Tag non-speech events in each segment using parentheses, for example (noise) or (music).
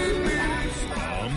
From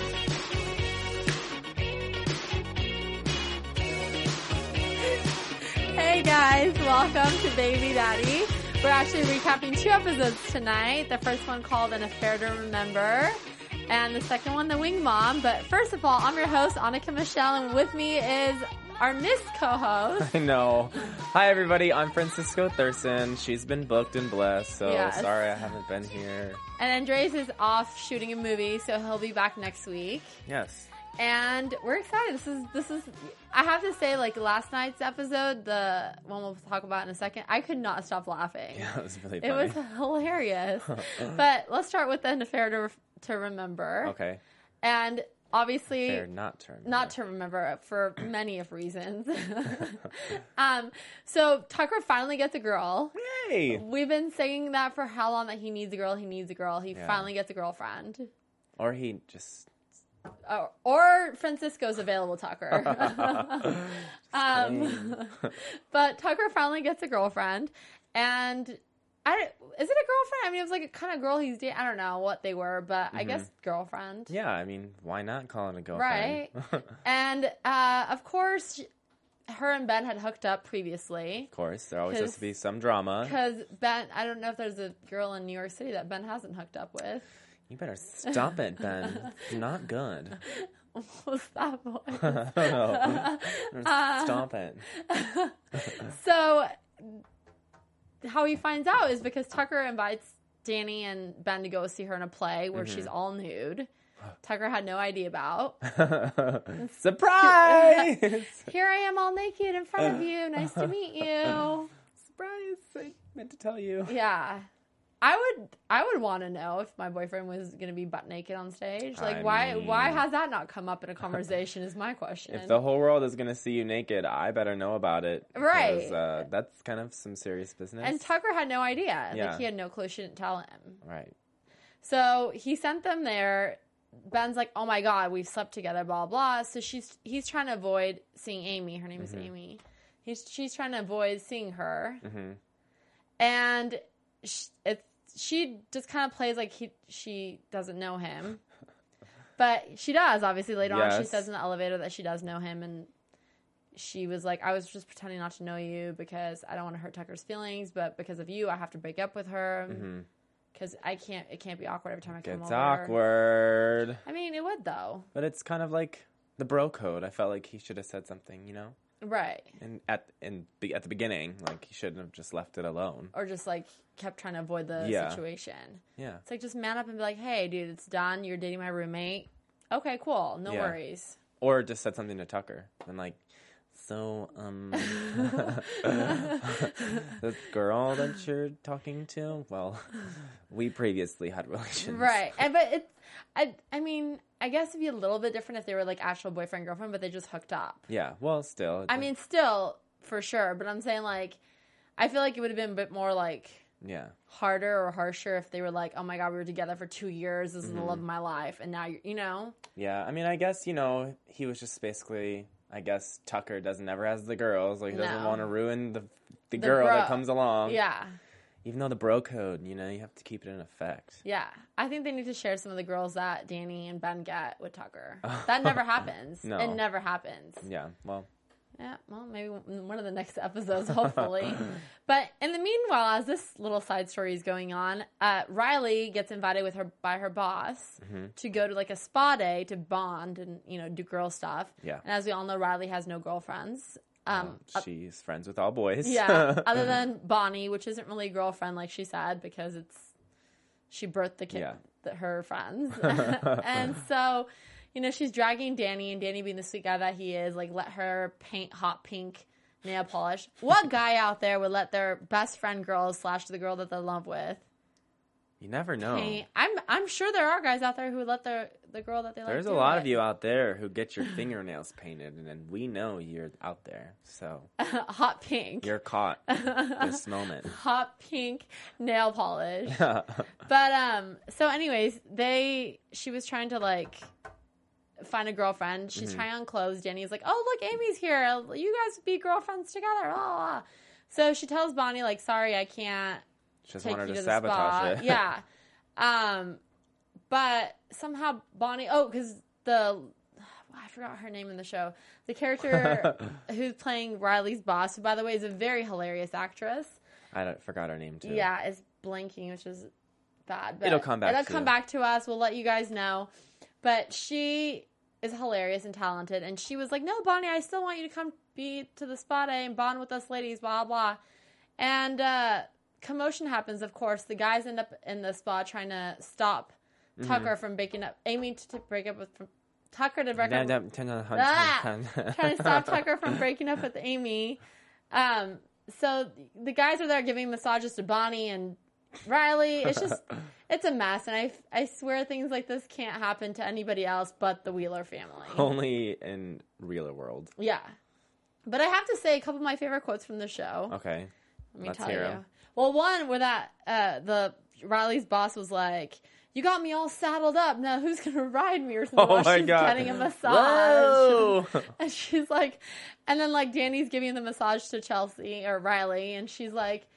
Hey guys, welcome to Baby Daddy. We're actually recapping two episodes tonight. The first one called An Affair to Remember, and the second one, The Wing Mom. But first of all, I'm your host, Annika Michelle, and with me is our Miss co-host. (laughs) I know. Hi, everybody. I'm Francisco Thurston. She's been booked and blessed, so Yes. sorry I haven't been here. And Andres is off shooting a movie, so he'll be back next week. Yes. (laughs) And we're excited. This is this is I have to say, like last night's episode, the one we'll talk about in a second, I could not stop laughing. That was really It funny. was (laughs) (laughs) hilarious. but let's start with an affair to, to remember. okay. And obviously, Fair, not term. not to remember for many of (laughs) reasons. (laughs) um, so Tucker finally gets a girl. Hey! We've been saying that for how long that he needs a girl, he needs a girl. He Yeah. finally gets a girlfriend. Or he just Or, or Francisco's available, Tucker. um, (laughs) but Tucker finally gets a girlfriend, and I don't- is it a girlfriend? I mean, it was like a kind of girl he's dating. I don't know what they were, but I guess girlfriend, yeah. I mean, why not call it a girlfriend? right? and uh, of course, her and Ben had hooked up previously of course, there always 'Cause- has to be some drama. because Ben. I don't know if there's a girl in New York City that Ben hasn't hooked up with. (laughs) You better stop it, Ben. It's (laughs) not good. (laughs) What's that voice? Uh, stop it. So, how he finds out is because Tucker invites Danny and Ben to go see her in a play where Mm-hmm. she's all nude. Uh. Tucker had no idea (laughs) about. (laughs) Surprise! Here I am, all naked in front Uh. of you. Nice to (laughs) meet you. Surprise! I meant to tell you. Yeah, I would. I would want to know if my boyfriend was going to be butt naked on stage. Like, I why? Why mean- has that not come up in (laughs) a conversation? is my question. If the whole world is gonna see you naked, I better know about it. Right. because, uh, that's kind of some serious business. and Tucker had no idea. Yeah. Like, he had no clue. She didn't tell him. right. So he sent them there. Ben's like, "Oh my god, we've slept together, blah blah." So she's he's trying to avoid seeing Amy. Her name is Amy. He's she's trying to avoid seeing her, and sh it's she just kind of plays like he she doesn't know him, but she does. Obviously, later on, she Yes. says in the elevator that she does know him, and she was like, "I was just pretending not to know you because I don't want to hurt Tucker's feelings, but because of you, I have to break up with her." Mm-hmm. because I can't. It can't be awkward every time I come It's over. awkward. I mean, it would though, But it's kind of like the bro code. I felt like he should have said something, you know? right? And at in the at the beginning, like he shouldn't have just left it alone. Or just like kept trying to avoid the Yeah. situation. Yeah. It's like just man up and be like, "Hey, dude, it's done. You're dating my roommate. Okay, cool. No Yeah. worries." Or just said something to Tucker and like so um (laughs) this girl that you're talking to, well, (laughs) we previously had relations. Right, and but it's. I I mean, I guess it'd be a little bit different if they were like actual boyfriend girlfriend, but they just hooked up. Yeah. Well, still. I mean, still for sure, but I'm saying like, I feel like it would have been a bit more like yeah. harder or harsher if they were like, "Oh my god, we were together for two years. This is the love of my life, and now you're," you know. Yeah, I mean, I guess you know he was just basically. I guess Tucker doesn't ever has the girls, like he doesn't No. want to ruin the the, girl bro. that comes along. Yeah, even though the bro code, you know, you have to keep it in effect. yeah. I think they need to share some of the girls that Danny and Ben get with Tucker. That never happens. No. It never happens. Yeah, well, Yeah, well, maybe in one of the next episodes, hopefully. but in the meanwhile, as this little side story is going on, uh, Riley gets invited with her by her boss to go to like a spa day to bond and you know do girl stuff. Yeah. And as we all know, Riley has no girlfriends. Um, she's friends with all boys. Yeah, other than Bonnie, which isn't really a girlfriend, like she said, because it's she birthed the kid, Yeah. the, her (laughs) friends. (laughs) and so, you know, she's dragging Danny, and Danny being the sweet guy that he is, like, let her paint hot pink nail polish. What guy out there would let their best friend girl slash the girl that they're in love with (laughs) You never know. paint? I'm I'm sure there are guys out there who would let their the girl that they like. There's a do lot it. of you out there who get your fingernails painted, and then we know you're out there. So hot pink. you're (laughs) caught this moment. hot pink nail polish. (laughs) (laughs) but um so anyways, they she was trying to like find a girlfriend. Mm-hmm. She's trying on clothes. Jenny's like, "Oh, look, Amy's here. You guys be girlfriends together." Blah, blah, blah. So she tells Bonnie like, "Sorry, I can't Just take wanted you to, to the sabotage spa." it. yeah. Um but somehow Bonnie, oh, cuz the I forgot her name in the show. The (laughs) character who's playing Riley's boss, who by the way is a very hilarious actress. (laughs) I don't, forgot her name too. Yeah, it's blanking, which is bad. But It'll come back It'll to come you. back to us. We'll let you guys know. But she is hilarious and talented, and she was like, "No, Bonnie, I still want you to come be to the spa day and bond with us, ladies." Blah blah. And uh, commotion happens. Of course, the guys end up in the spa trying to stop Mm-hmm. Tucker from breaking up. Amy to, to break up with from, Tucker to break Dun, up. dun, dun, dun, dun, Ah! dun, dun. trying to stop Tucker from breaking up with Amy. Um, so the guys are there giving massages to Bonnie and Riley. It's (laughs) just, it's a mess. And I, I swear things like this can't happen to anybody else but the Wheeler family. (laughs) Oh. Only in real world. Yeah. But I have to say a couple of my favorite quotes from the show. Okay. Let me Oh, Let's tell hear you. (laughs) 'em. Well, one where that uh, the Riley's boss was like, "You got me all saddled up. Now who's gonna ride me?" Or something. (laughs) Oh while my she's god. Getting a massage. Whoa! And she's like, and then like Danny's giving the massage to Chelsea or Riley, and she's like,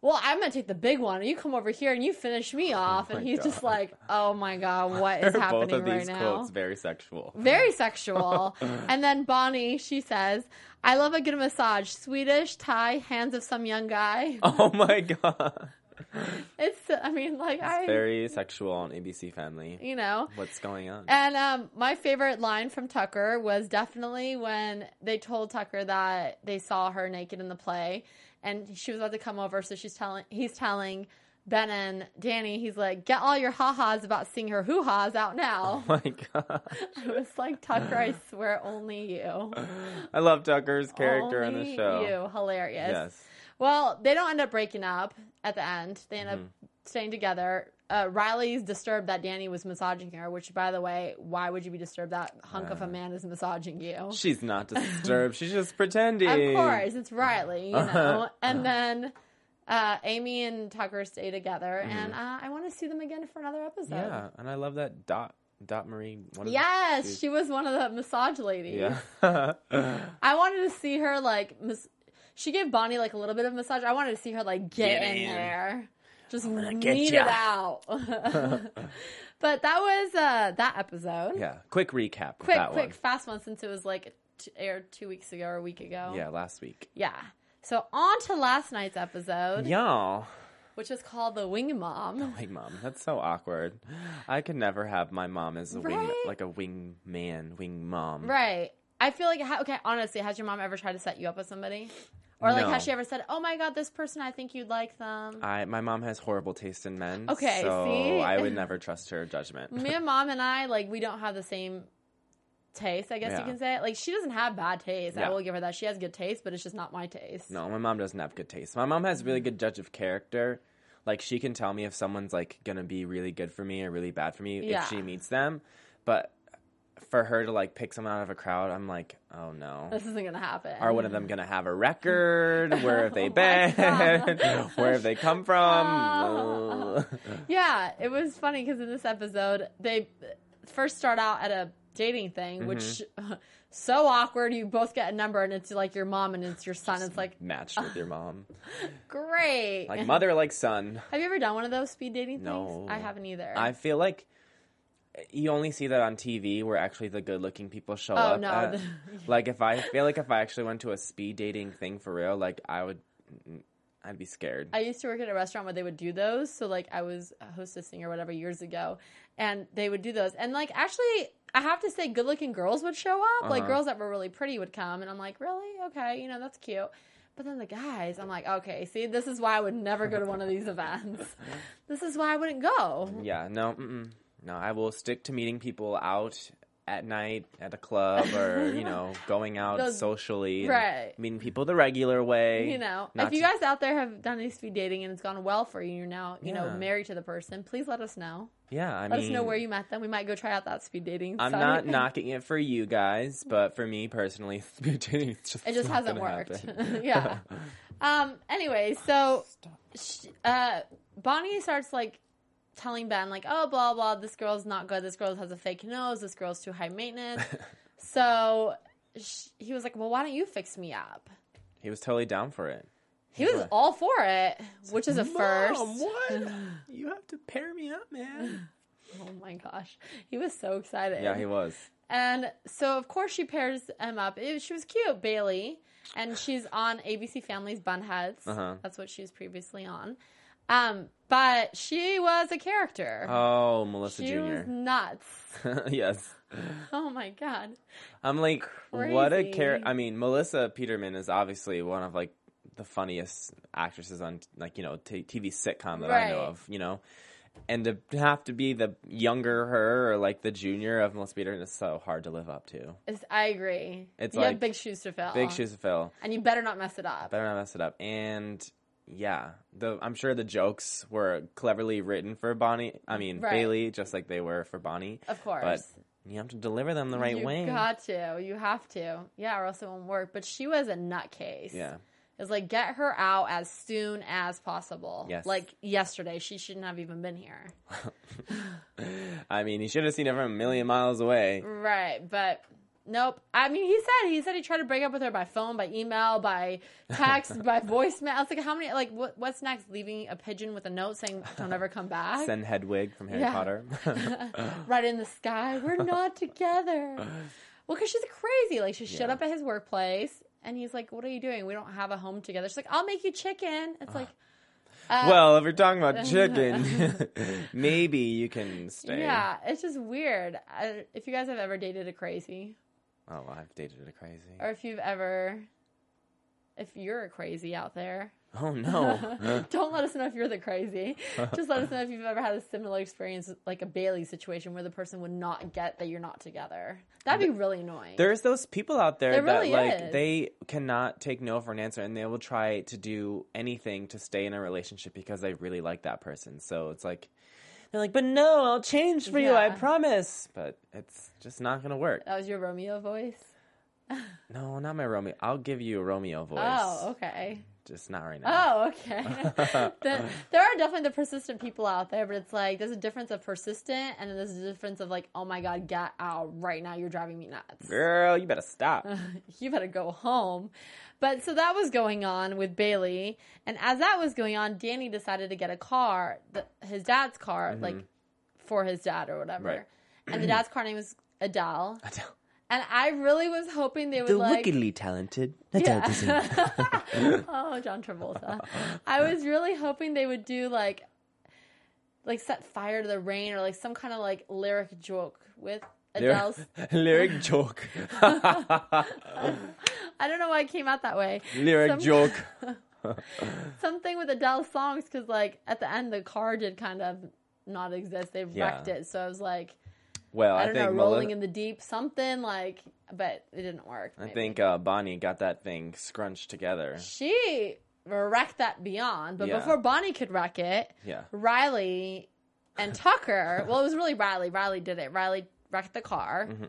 well, I'm gonna take the big one. You come over here and you finish me off. Oh my and he's just God. like, oh my (laughs) god, what is happening (laughs) Both of right these now? quotes very sexual. (laughs) Very (laughs) sexual. and then Bonnie, she says, I love a good massage. Swedish, Thai, hands of some young guy. Oh my god. (laughs) It's, I mean, like, I, Very sexual on ABC Family. you know. What's going on? And um, my favorite line from Tucker was definitely when they told Tucker that they saw her naked in the play, and she was about to come over. So she's telling, he's telling Ben and Danny, he's like, "Get all your ha ha's about seeing her hoo ha's out now." (laughs) (laughs) Oh my god. I was like, Tucker, I swear, only you, I love Tucker's character on the Only show. you, hilarious. Yes. Well, they don't end up breaking up at the end. They end up Mm-hmm. staying together. Uh, Riley's disturbed that Danny was massaging her, which, by the way, why would you be disturbed that hunk Uh. of a man is massaging you? (laughs) She's not disturbed. She's just Of pretending. course, it's Riley, (laughs) you know. and then uh, Amy and Tucker stay together, and uh, I want to see them again for another episode. Mm-hmm. Yeah, and I love that Dot Dot Marie. One of the- Yes, she was one of the massage ladies. yeah. (laughs) I wanted to see her like mas- she gave Bonnie like a little bit of massage. I wanted to see her like get, Get in, in. there. Just get knead it ya. out. (laughs) but that was uh that episode. yeah. Quick recap. of Quick, that quick, one. fast one since it was like t- aired two weeks ago or a week ago. Yeah, last week. Yeah. So on to last night's episode, Y'all, which is called the Wing Mom. like mom, that's so awkward. I could never have my mom as a wing, Right? like a wing man, wing mom. Right. I feel like ha- okay. Honestly, has your mom ever tried to set you up with somebody, or like No. has she ever said, "Oh my God, this person, I think you'd like them." I my mom has horrible taste in men. Okay, so see? I (laughs) would never trust her judgment. me and mom and I like we don't have the same taste. I guess Yeah. you can say it. Like she doesn't have bad taste. Yeah. I will give her that. She has good taste, but it's just not my taste. No, my mom doesn't have good taste. My mom has really good judge of character. Like she can tell me if someone's like gonna be really good for me or really bad for me Yeah. if she meets them. But for her to like pick someone out of a crowd, I'm like, oh no. (laughs) This isn't gonna happen. Are one of them gonna have a record? (laughs) Where have they Oh my been? (laughs) God. Where have they come from? (laughs) Oh. yeah, it was funny because in this episode they first start out at a dating thing, Mm-hmm. which (laughs) so awkward. You both get a number and it's like your mom and it's your son. It's like Matched with your mom, great. (laughs) like mother, like son. have you ever done one of those speed dating things? No. I haven't either. I feel like you only see that on TV where actually the good looking people show up. Oh, no. (laughs) at- like if I feel like if I actually went to a speed dating thing for real, like I would, mm, I'd be scared. I used to work at a restaurant where they would do those. So like I was hostessing or whatever years ago, and they would do those. And like actually, I have to say, Uh-huh. good-looking girls would show up. Like girls that were really pretty would come, and I'm like, really? Okay, you know that's cute. But then the guys, I'm like, okay, see, this is why I would never go to one of these events. (laughs) This is why I wouldn't go. Yeah, no, mm-mm. no. I will stick to meeting people out at night at a club or (laughs) you know going out Those- socially, and right. Meeting people the regular way. You know, not if you to- guys out there have done any speed dating and it's gone well for you, you're now, you Yeah. know, married to the person, please let us know. yeah, I Let mean, us know where you met them. We might go try out that speed dating. I'm site. not knocking it for you guys, but for me personally, (laughs) speed dating is just It just not hasn't gonna worked. (laughs) happen. yeah. Um. Anyway, so sh- uh, Bonnie starts like telling Ben like, oh, blah blah, this girl's not good. This girl has a fake nose. This girl's too high (laughs) maintenance. so sh- he was like, well, why don't you fix me up? He was totally down for it. He was all for it, which is a first. Mom, what? (laughs) you have to pair me up, man. Oh my gosh, he was so excited. Yeah, he was. And so, of course, she pairs him up. It- she was cute, Bailey, and she's on ABC Family's Bunheads. Uh-huh. That's what she was previously on. Um, but she was a character. Oh, Melissa she was Jr. nuts. (laughs) (laughs) yes. Oh my god. I'm like, what a Crazy. character. I mean, Melissa Peterman is obviously one of like the funniest actresses on like you know t- TV sitcom that I know Right. of. You know, and to have to be the younger her or like the junior of Melissa Peterman is so hard to live up to. It's, I agree. It's you like have big shoes to fill. Big shoes to fill. and you better not mess it up. Better not mess it up. And yeah, the I'm sure the jokes were cleverly written for Bonnie. I mean Right. Bailey, just like they were for Bonnie. Of But course. you have to deliver them the right you way. got to. You have to. Yeah, or else it won't work. But she was a nutcase. Yeah. It's like get her out as soon as possible. Yes. Like yesterday, she shouldn't have even been here. I mean, you should have seen her from a million miles away. Right, but nope. I mean, he said he said he tried to break up with her by phone, by email, by text, by voicemail. I was like, how many? Like, what, what's next? Leaving a pigeon with a note saying "Don't ever come back." Send Hedwig from Harry Yeah. (laughs) Potter. (laughs) right in the sky. We're not together. Well, because she's crazy. Like she showed up at his workplace, and he's like, "What are you doing? We don't have a home together." She's like, "I'll make you chicken." It's like, well, if we're talking (laughs) about chicken, (laughs) maybe you can stay. yeah, it's just weird. I, if you guys have ever dated a crazy, Oh, I've dated a crazy. or if you've ever, if you're a crazy out there, (laughs) Oh no. don't let us know if you're the crazy. Just let us know if you've ever had a similar experience, like a Bailey situation, where the person would not get that you're not together. That'd be really annoying. There's those people out there, There that really like is. they cannot take no for an answer, and they will try to do anything to stay in a relationship because they really like that person. So it's like they're like, "But no, I'll change for you, I Yeah. promise." But it's just not gonna work. that was your Romeo voice. No, not my Romeo. I'll give you a Romeo voice. Oh, okay. Just not right now. Oh, okay. The- there are definitely the persistent people out there, but it's like there's a difference of persistent, and then there's a difference of like, oh my god, get out right now! You're driving me nuts. Girl, you better stop. Uh, (laughs) you better go home. But so that was going on with Bailey. And as that was going on, Danny decided to get a car, the, his dad's car, like for his dad or whatever. Mm-hmm. Right. And the dad's car name was Adele. And I really was hoping they would the like. wickedly talented. That's Yeah. all to say. (laughs) oh, John (laughs) Travolta. I was really hoping they would do like. Like set fire to the rain, or like some kind of like lyric joke with Adele's. (laughs) (laughs) Lyric joke. I don't know why it came out that way. Lyric Some- joke. (laughs) something with Adele's songs because like at the end the car did kind of not exist. They Yeah. wrecked it. So I was like, Well, I, I don't know, think rolling Meli- in the deep, something like, but it didn't work. I maybe. think uh, Bonnie got that thing scrunched together. she wrecked that beyond, but Yeah. before Bonnie could wreck it, Yeah. Riley and (laughs) Tucker. well, it was really Riley. Riley did it. Riley wrecked the car, Mm-hmm.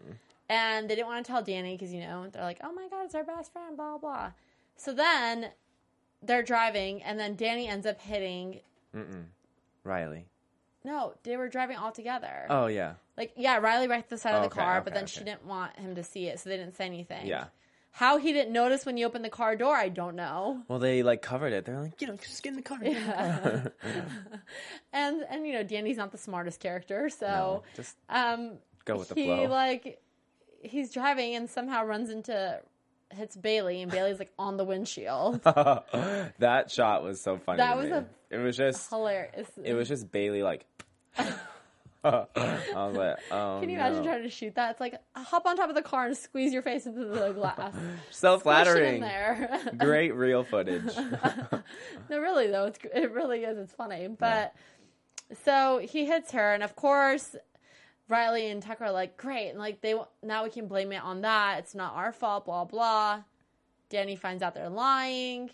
and they didn't want to tell Danny because you know they're like, "Oh my god, it's our best friend," blah blah. So then they're driving, and then Danny ends up hitting Riley. No, they were driving all together. Oh yeah. Like, yeah, Riley wrecked the side of the Okay, car, okay, but then okay. she didn't want him to see it, so they didn't say anything. Yeah. How he didn't notice when you opened the car door, I don't know. Well, they like covered it. They're like, you know, just get in the car. get in the car." And and you know, Danny's not the smartest character, so No, just um go with the he flow. like he's driving and somehow runs into hits Bailey and Bailey's like on the (laughs) windshield. that shot was so funny. That to was me. a- It was just. Hilarious. (laughs) (laughs) It was just Bailey like. I was like, oh, Can you imagine no. trying to shoot that? It's like hop on top of the car and squeeze your face into the (laughs) glass. So Squish it in flattering. there. (laughs) Great real footage. no, really though, it's, it really is. It's funny, but so he hits her, and of course, Riley and Tucker are like, "Great!" And like they now we can blame it on that. It's not our fault. Blah blah. Danny finds out they're lying.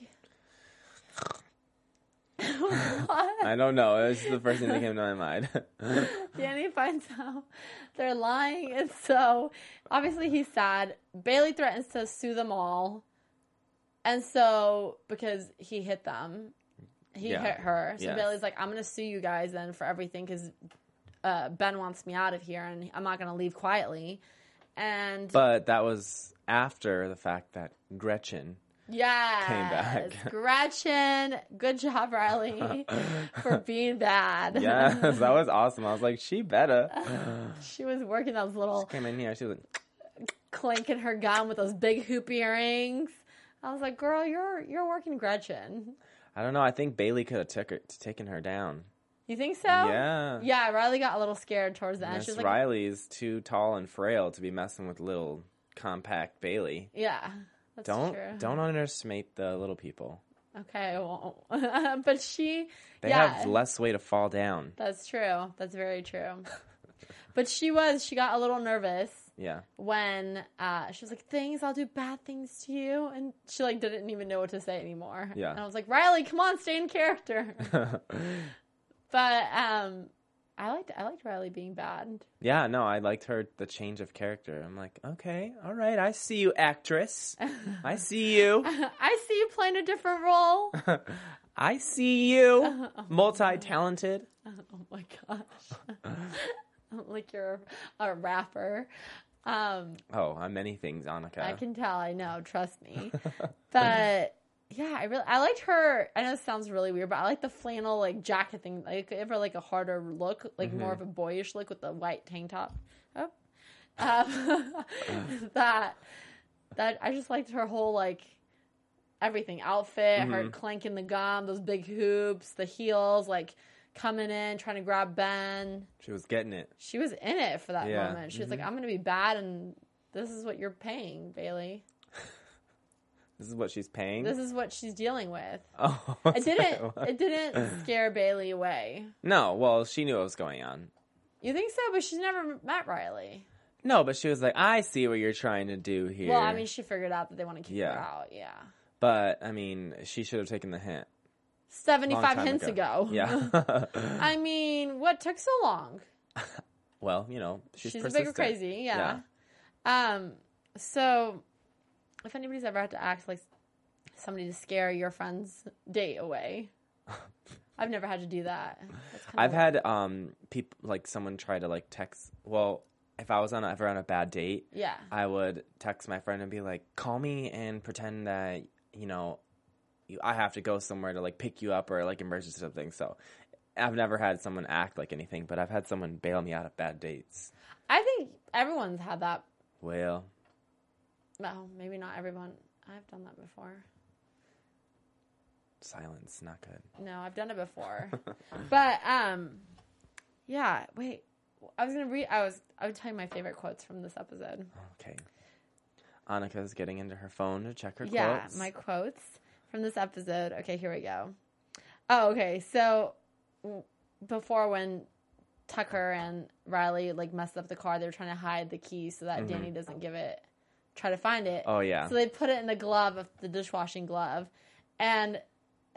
What? I don't know. It was the first thing that came to my mind. (laughs) Danny finds (laughs) out they're lying, and so obviously he's sad. Bailey threatens to sue them all, and so because he hit them, he Yeah. hit her. So Yes. Bailey's like, "I'm gonna sue you guys then for everything because uh, Ben wants me out of here, and I'm not gonna leave quietly." And but that was after the fact that (laughs) Gretchen yeah, back. (laughs) Gretchen, good job, Riley, for being bad. Yes, that was awesome. I was like, she better. (laughs) she was working those little Came in here. She was like, clanking her gun with those big hoop earrings. I was like, "Girl, you're you're working Gretchen." I don't know. I think Bailey could have took her, taken her down. You think so? Yeah. Yeah. Riley got a little scared towards the end. Miss She's like, Riley's too tall and frail to be messing with little compact Bailey. "Yeah, that's Don't true." don't underestimate the little people. Okay, I won't. (laughs) but she, They yeah, have less way to fall down. that's true. That's very true. (laughs) but she was. She got a little nervous Yeah. when uh, she was like, "Things, I'll do bad things to you," and she like didn't even know what to say anymore. Yeah. And I was like, "Riley, come on, stay in character." but um, I liked I liked Riley being bad. Yeah, no, I liked her the change of character. I'm like, okay, all right, I see you, actress. (laughs) I see you. I see you playing a different role. oh I see you. Multi talented. Oh my gosh. (laughs) like you're a rapper. Um, Oh, I'm many things, Annika. I can tell, I know, trust me. But yeah, I really I liked her I know it sounds really weird, but I like the flannel like jacket thing. Like give her like a harder look, like more of a boyish look with the white tank top. Oh. Um, (laughs) that that I just liked her whole like everything outfit, her clanking the gum, those big hoops, the heels, like coming in, trying to grab Ben. she was getting it. She was in it for that Yeah. moment. She was like, I'm going to be bad and this is what you're paying, Bailey. This is what she's paying. This is what she's dealing with. (laughs) oh, It didn't it (laughs) didn't scare Bailey away. no, well, she knew what was going on. You think so? But she's never met Riley. No, but she was like, I see what you're trying to do here. Well, I mean, she figured out that they want to kick Yeah. her out. Yeah. but I mean, she should have taken the hint. Long 75 time hints ago. (laughs) Yeah. (laughs) I mean, what took so long? well, you know, she's, She's, a big persistent. crazy, yeah. Um, so if anybody's ever had to ask like somebody to scare your friend's date (laughs) away, I've never had to do that. That's kinda I've weird. had um people like someone try to like text. Well, if I was on ever on a bad date, yeah, I would text my friend and be like, "Call me and pretend that you know, you, I have to go somewhere to like pick you up or like emergency or something." So, I've never had someone act like anything, but I've had someone bail me out of bad dates. I think everyone's had that. Well, No, maybe not everyone. I've done that before. silence not good. No, I've done it before. (laughs) but um, yeah. Wait, I was gonna read. I was. I would tell you my favorite quotes from this episode. Okay. Annika's getting into her phone to check her Yeah, quotes. my quotes from this episode. Okay, here we go. Oh, okay. So w- before when Tucker and Riley like messed up the car, they were trying to hide the key so that Danny doesn't give it try to find it. Mm-hmm. Oh, yeah. So they put it in the glove of the dishwashing glove. And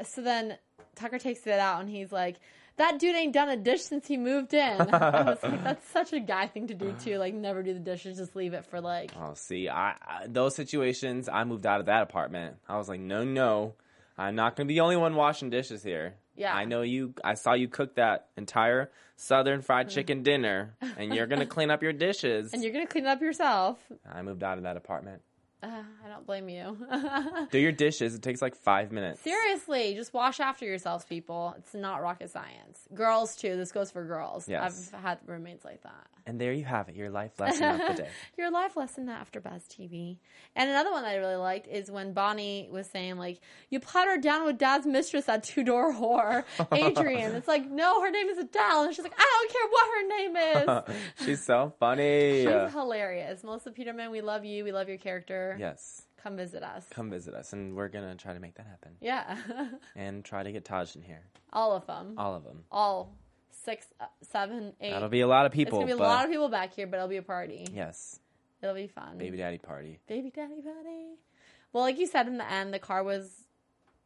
so then Tucker takes it out and he's like that dude ain't done a dish since he moved in. (laughs) I was like, that's such a guy thing to do too. Like, never do the dishes, just leave it for like (laughs) Oh, see, I, I those situations, I moved out of that apartment. I was like, no, no, I'm not going to be the only one washing dishes here. Yeah. I know you. I saw you cook that entire Southern Mm. fried (laughs) chicken dinner, and you're going to clean up your dishes. and you're gonna clean it up yourself. I moved out of that apartment. Uh, (sighs) I don't blame you. (laughs) Do your dishes. It takes like five minutes. Seriously, just wash after yourselves, people. It's not rocket science. Girls too. This goes for girls. Yes. I've had roommates like that. And there you have it. Your life lesson of the day. (laughs) (laughs) Your life lesson after Buzz TV. And another one I really liked is when Bonnie was saying, like, you plot her down with dad's mistress, that two door whore, Adrian. it's like, no, her name is Adele. And she's like, I don't care what her (laughs) name is. She's so funny. She's hilarious. Melissa Peterman, we love you. We love your character. Yes. Come visit us. Come visit us, and we're gonna try to make that happen. Yeah. (laughs) And try to get Taj in here. All of them. All of them. All six, uh, seven, eight. That'll be a lot of it's people. going to be a but- lot of people back here, but it'll be a party. Yes. It'll be fun. Baby daddy party. baby daddy buddy. Well, like you said in the end, the car was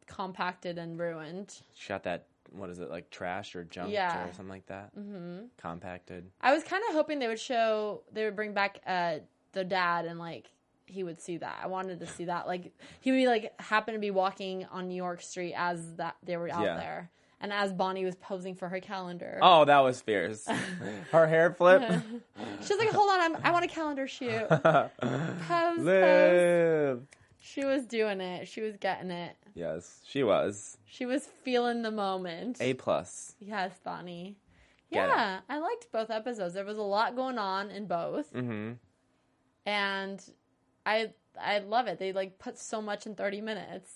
compacted and ruined. Shot that. What is it like? Trash or junk Yeah. or something like that. Mm-hmm. Compacted. I was kind of hoping they would show they would bring back uh the dad and like he would see that. I wanted to see that. Like he would be like happen to be walking on New York Street as that they were out Yeah. there. And as Bonnie was posing for her calendar, Oh, that was fierce. (laughs) Her hair flip. she was like, "Hold on, I'm, I want a calendar shoot." pose, pose. (laughs) Live. She was doing it. She was getting it. Yes, she was She was feeling the moment. a plus. Yes, Bonnie. Get it. Yeah, I liked both episodes. There was a lot going on in both, Mm-hmm. and I I love it. They like put so much in thirty minutes.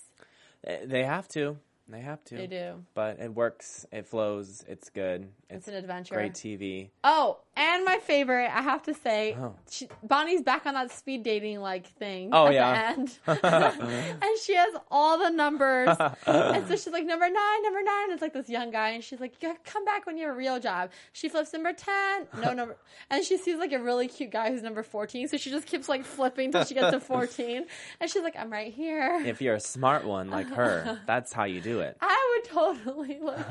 Eh, They have to. They have to. They do. But it works. It flows. It's good. It's an adventure. Great TV. Oh, and my favorite, I have to say, Oh. she, Bonnie's back on that speed dating like thing. Oh, at yeah. (laughs) the (laughs) end. and she has all the numbers, and so she's like number nine, number nine. It's like this young guy, and she's like, "Yeah, "Come back when you have a real job." She flips number ten, no (laughs) number, and she sees like a really cute guy who's number fourteen. So she just keeps like flipping till she gets to (laughs) fourteen, and she's like, "I'm right here." If you're a smart one like her, (laughs) that's how you do it. I would totally (laughs) like,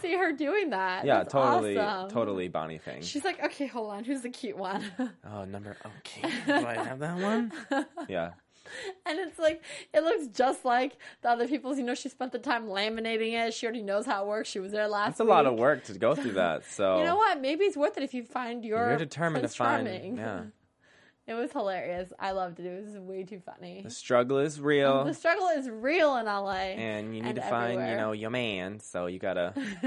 see her doing that. Yeah, That's totally, awesome. totally Bonnie thing. She's like, okay, hold on. Who's the cute one? (laughs) Oh, number. Okay, do I have that one? Yeah, And it's like it looks just like the other people's. You know, she spent the time laminating it. She already knows how it works. She was there last. that's a lot of week. work to go through that. So You know what? Maybe it's worth it if you find your. You're determined to Prince find. Charming. (laughs) It Yeah, was hilarious. I loved it. It was way too funny. the struggle is real, The struggle is real in LA, and you need and to find, you everywhere. know, your man. So you gotta. (laughs)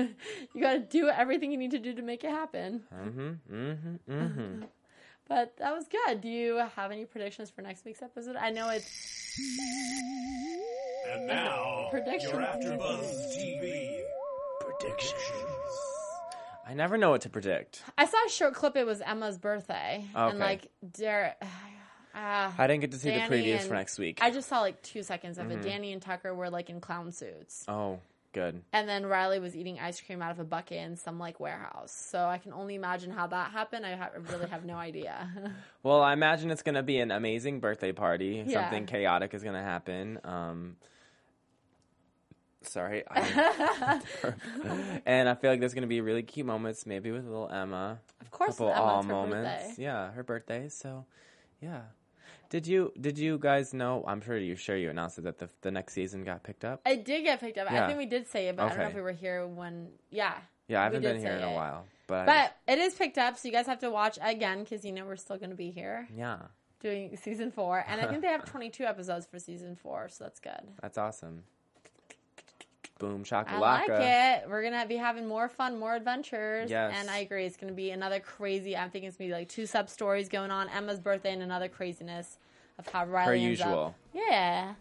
you got to do everything you need to do to make it happen. Mm-hmm, mm-hmm. (laughs) But that was good. Do you have any predictions for next week's episode? I know it's And now, (laughs) Prediction. your AfterBuzz TV predictions. I never know what to predict. I saw a short clip. It was Emma's birthday, Okay. and like (sighs) Derek. I didn't get to see the Danny previews and- for next week. Mm-hmm. I just saw like two seconds of it. Danny and Tucker were like in clown suits. oh, good. And then Riley was eating ice cream out of a bucket in some like warehouse. So I can only imagine how that happened. I ha- really have no idea. (laughs) Well, I imagine it's going to be an amazing birthday party. Yeah. Something chaotic is going to happen. Um, sorry. I, (laughs) (laughs) and I feel like there's going to be really cute moments, maybe with little Emma. of course, couple Emma, aw it's her moments. birthday. Yeah, her birthday. So, yeah. Did you did you guys know? I'm sure you sure you announced it that the the next season got picked up. It did get picked up. Yeah. I think we did say it, but I don't know Okay. if we were here when. Yeah. Yeah, I we haven't did been here say in a it. while, but, I But it is picked up, so you guys have to watch again because you know we're still going to be here just- yeah, doing season four. And I think they (laughs) have 22 episodes for season four, so that's good. that's awesome. Boom I shakalaka. like it. We're gonna be having more fun, more adventures. Yes. And I agree, it's gonna be another crazy. I'm thinking it's gonna be like two sub stories going on. Emma's birthday and another craziness of how Riley. ends up- usual. Yeah.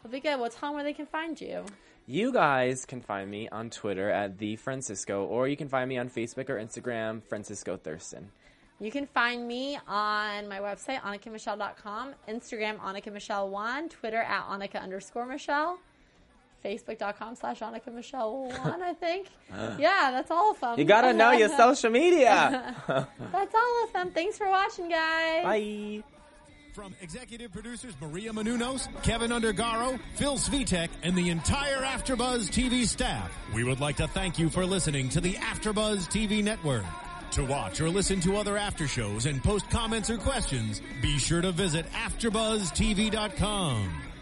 It'll be good. Well, tell them where they can find you. You guys can find me on Twitter at the Francisco, or you can find me on Facebook or Instagram, Francisco Thurston. You can find me on my website, AnnikaMichelle.com, Instagram, AnnikaMichelle1, Twitter at Annika underscore Michelle, Facebook.com slash AnnikaMichelle1, I (laughs) think. yeah, that's all of them. You (laughs) gotta know your social media. That's all of them. Thanks for watching, guys. Bye. From executive producers Maria Manunos, Kevin Undergaro, Phil Svitek, and the entire AfterBuzz TV staff, we would like to thank you for listening to the AfterBuzz TV network. To watch or listen to other after shows and post comments or questions, be sure to visit AfterBuzzTV.com.